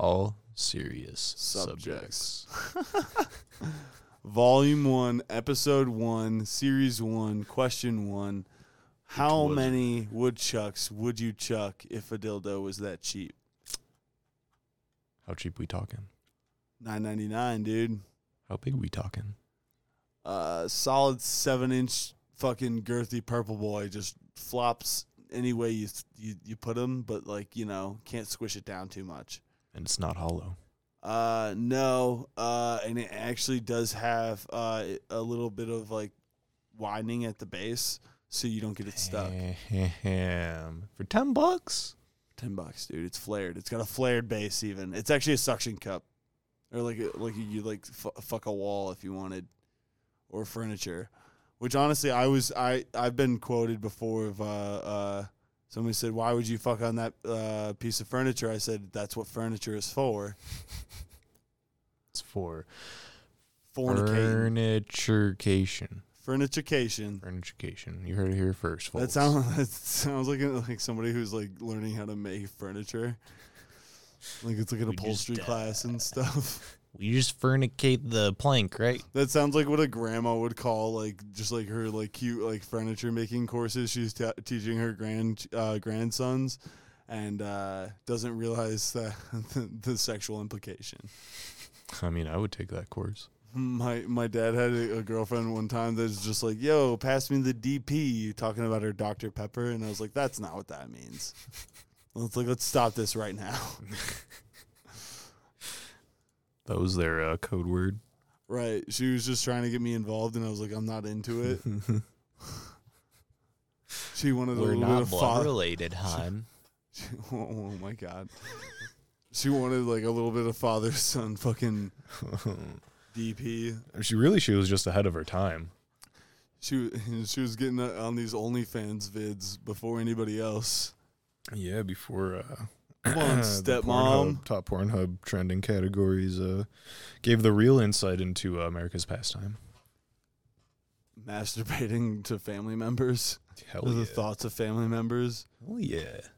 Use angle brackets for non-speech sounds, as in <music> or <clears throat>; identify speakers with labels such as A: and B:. A: all serious
B: Subjects.
A: subjects.
B: Volume one, episode one, series one, question one. How
A: was it?
B: many woodchucks would you chuck if a dildo was that cheap?
A: How cheap we talking?
B: Nine ninety nine, dude.
A: How big we talking?
B: Uh, solid seven inch fucking girthy purple boy just flops any way you you you put him, but like you know can't squish it down too much.
A: And it's not hollow.
B: Uh, no. Uh, and it actually does have uh a little bit of like widening at the base, so you don't get it stuck.
A: Damn. For ten bucks?
B: Ten bucks, dude. It's flared. It's got a flared base. Even it's actually a suction cup, or like a, like you like f- fuck a wall if you wanted, or furniture. Which honestly, I was I I've been quoted before of uh, uh somebody said, "Why would you fuck on that uh, piece of furniture?" I said, "That's what furniture is for."
A: It's for
B: Fornicating,
A: furniturecation.
B: furniturecation.
A: Furniturecation. You heard it here first,
B: That
A: folks.
B: sounds <laughs> that sounds like like somebody who's like learning how to make furniture. Like it's like an
A: We just,
B: upholstery
A: uh,
B: class and stuff.
A: You just fornicate the plank, right?
B: That sounds like what a grandma would call like just like her like cute like furniture making courses she's t- teaching her grand uh, grandsons, and uh, doesn't realize <laughs> that the, the sexual implication.
A: I mean, I would take that course.
B: My my dad had a, a girlfriend one time that's just like, "Yo, pass me the DP," talking about her Dr Pepper, and I was like, "That's not what that means." Let's like let's stop this right now. <laughs>
A: That was their uh, code
B: <laughs>
A: word.
B: Right? She was just trying to get me involved, and I was like, "I'm not into it."
A: <laughs>
B: She wanted a little bit of father.
A: related,
B: <laughs>
A: hon.
B: oh, oh my god. she wanted like a little bit of father <laughs> son fucking DP.
A: she really, she was just ahead of her time.
B: She <laughs> wa- she was getting uh, on these OnlyFans vids before
A: <clears throat>
B: anybody else.
A: Yeah, before uh,
B: Come on,
A: the
B: stepmom.
A: Pornhub- top Pornhub trending categories uh, gave the real insight into uh, America's pastime.
B: Masturbating to family members.
A: Hell
B: to The thoughts of family members.
A: Hell yeah.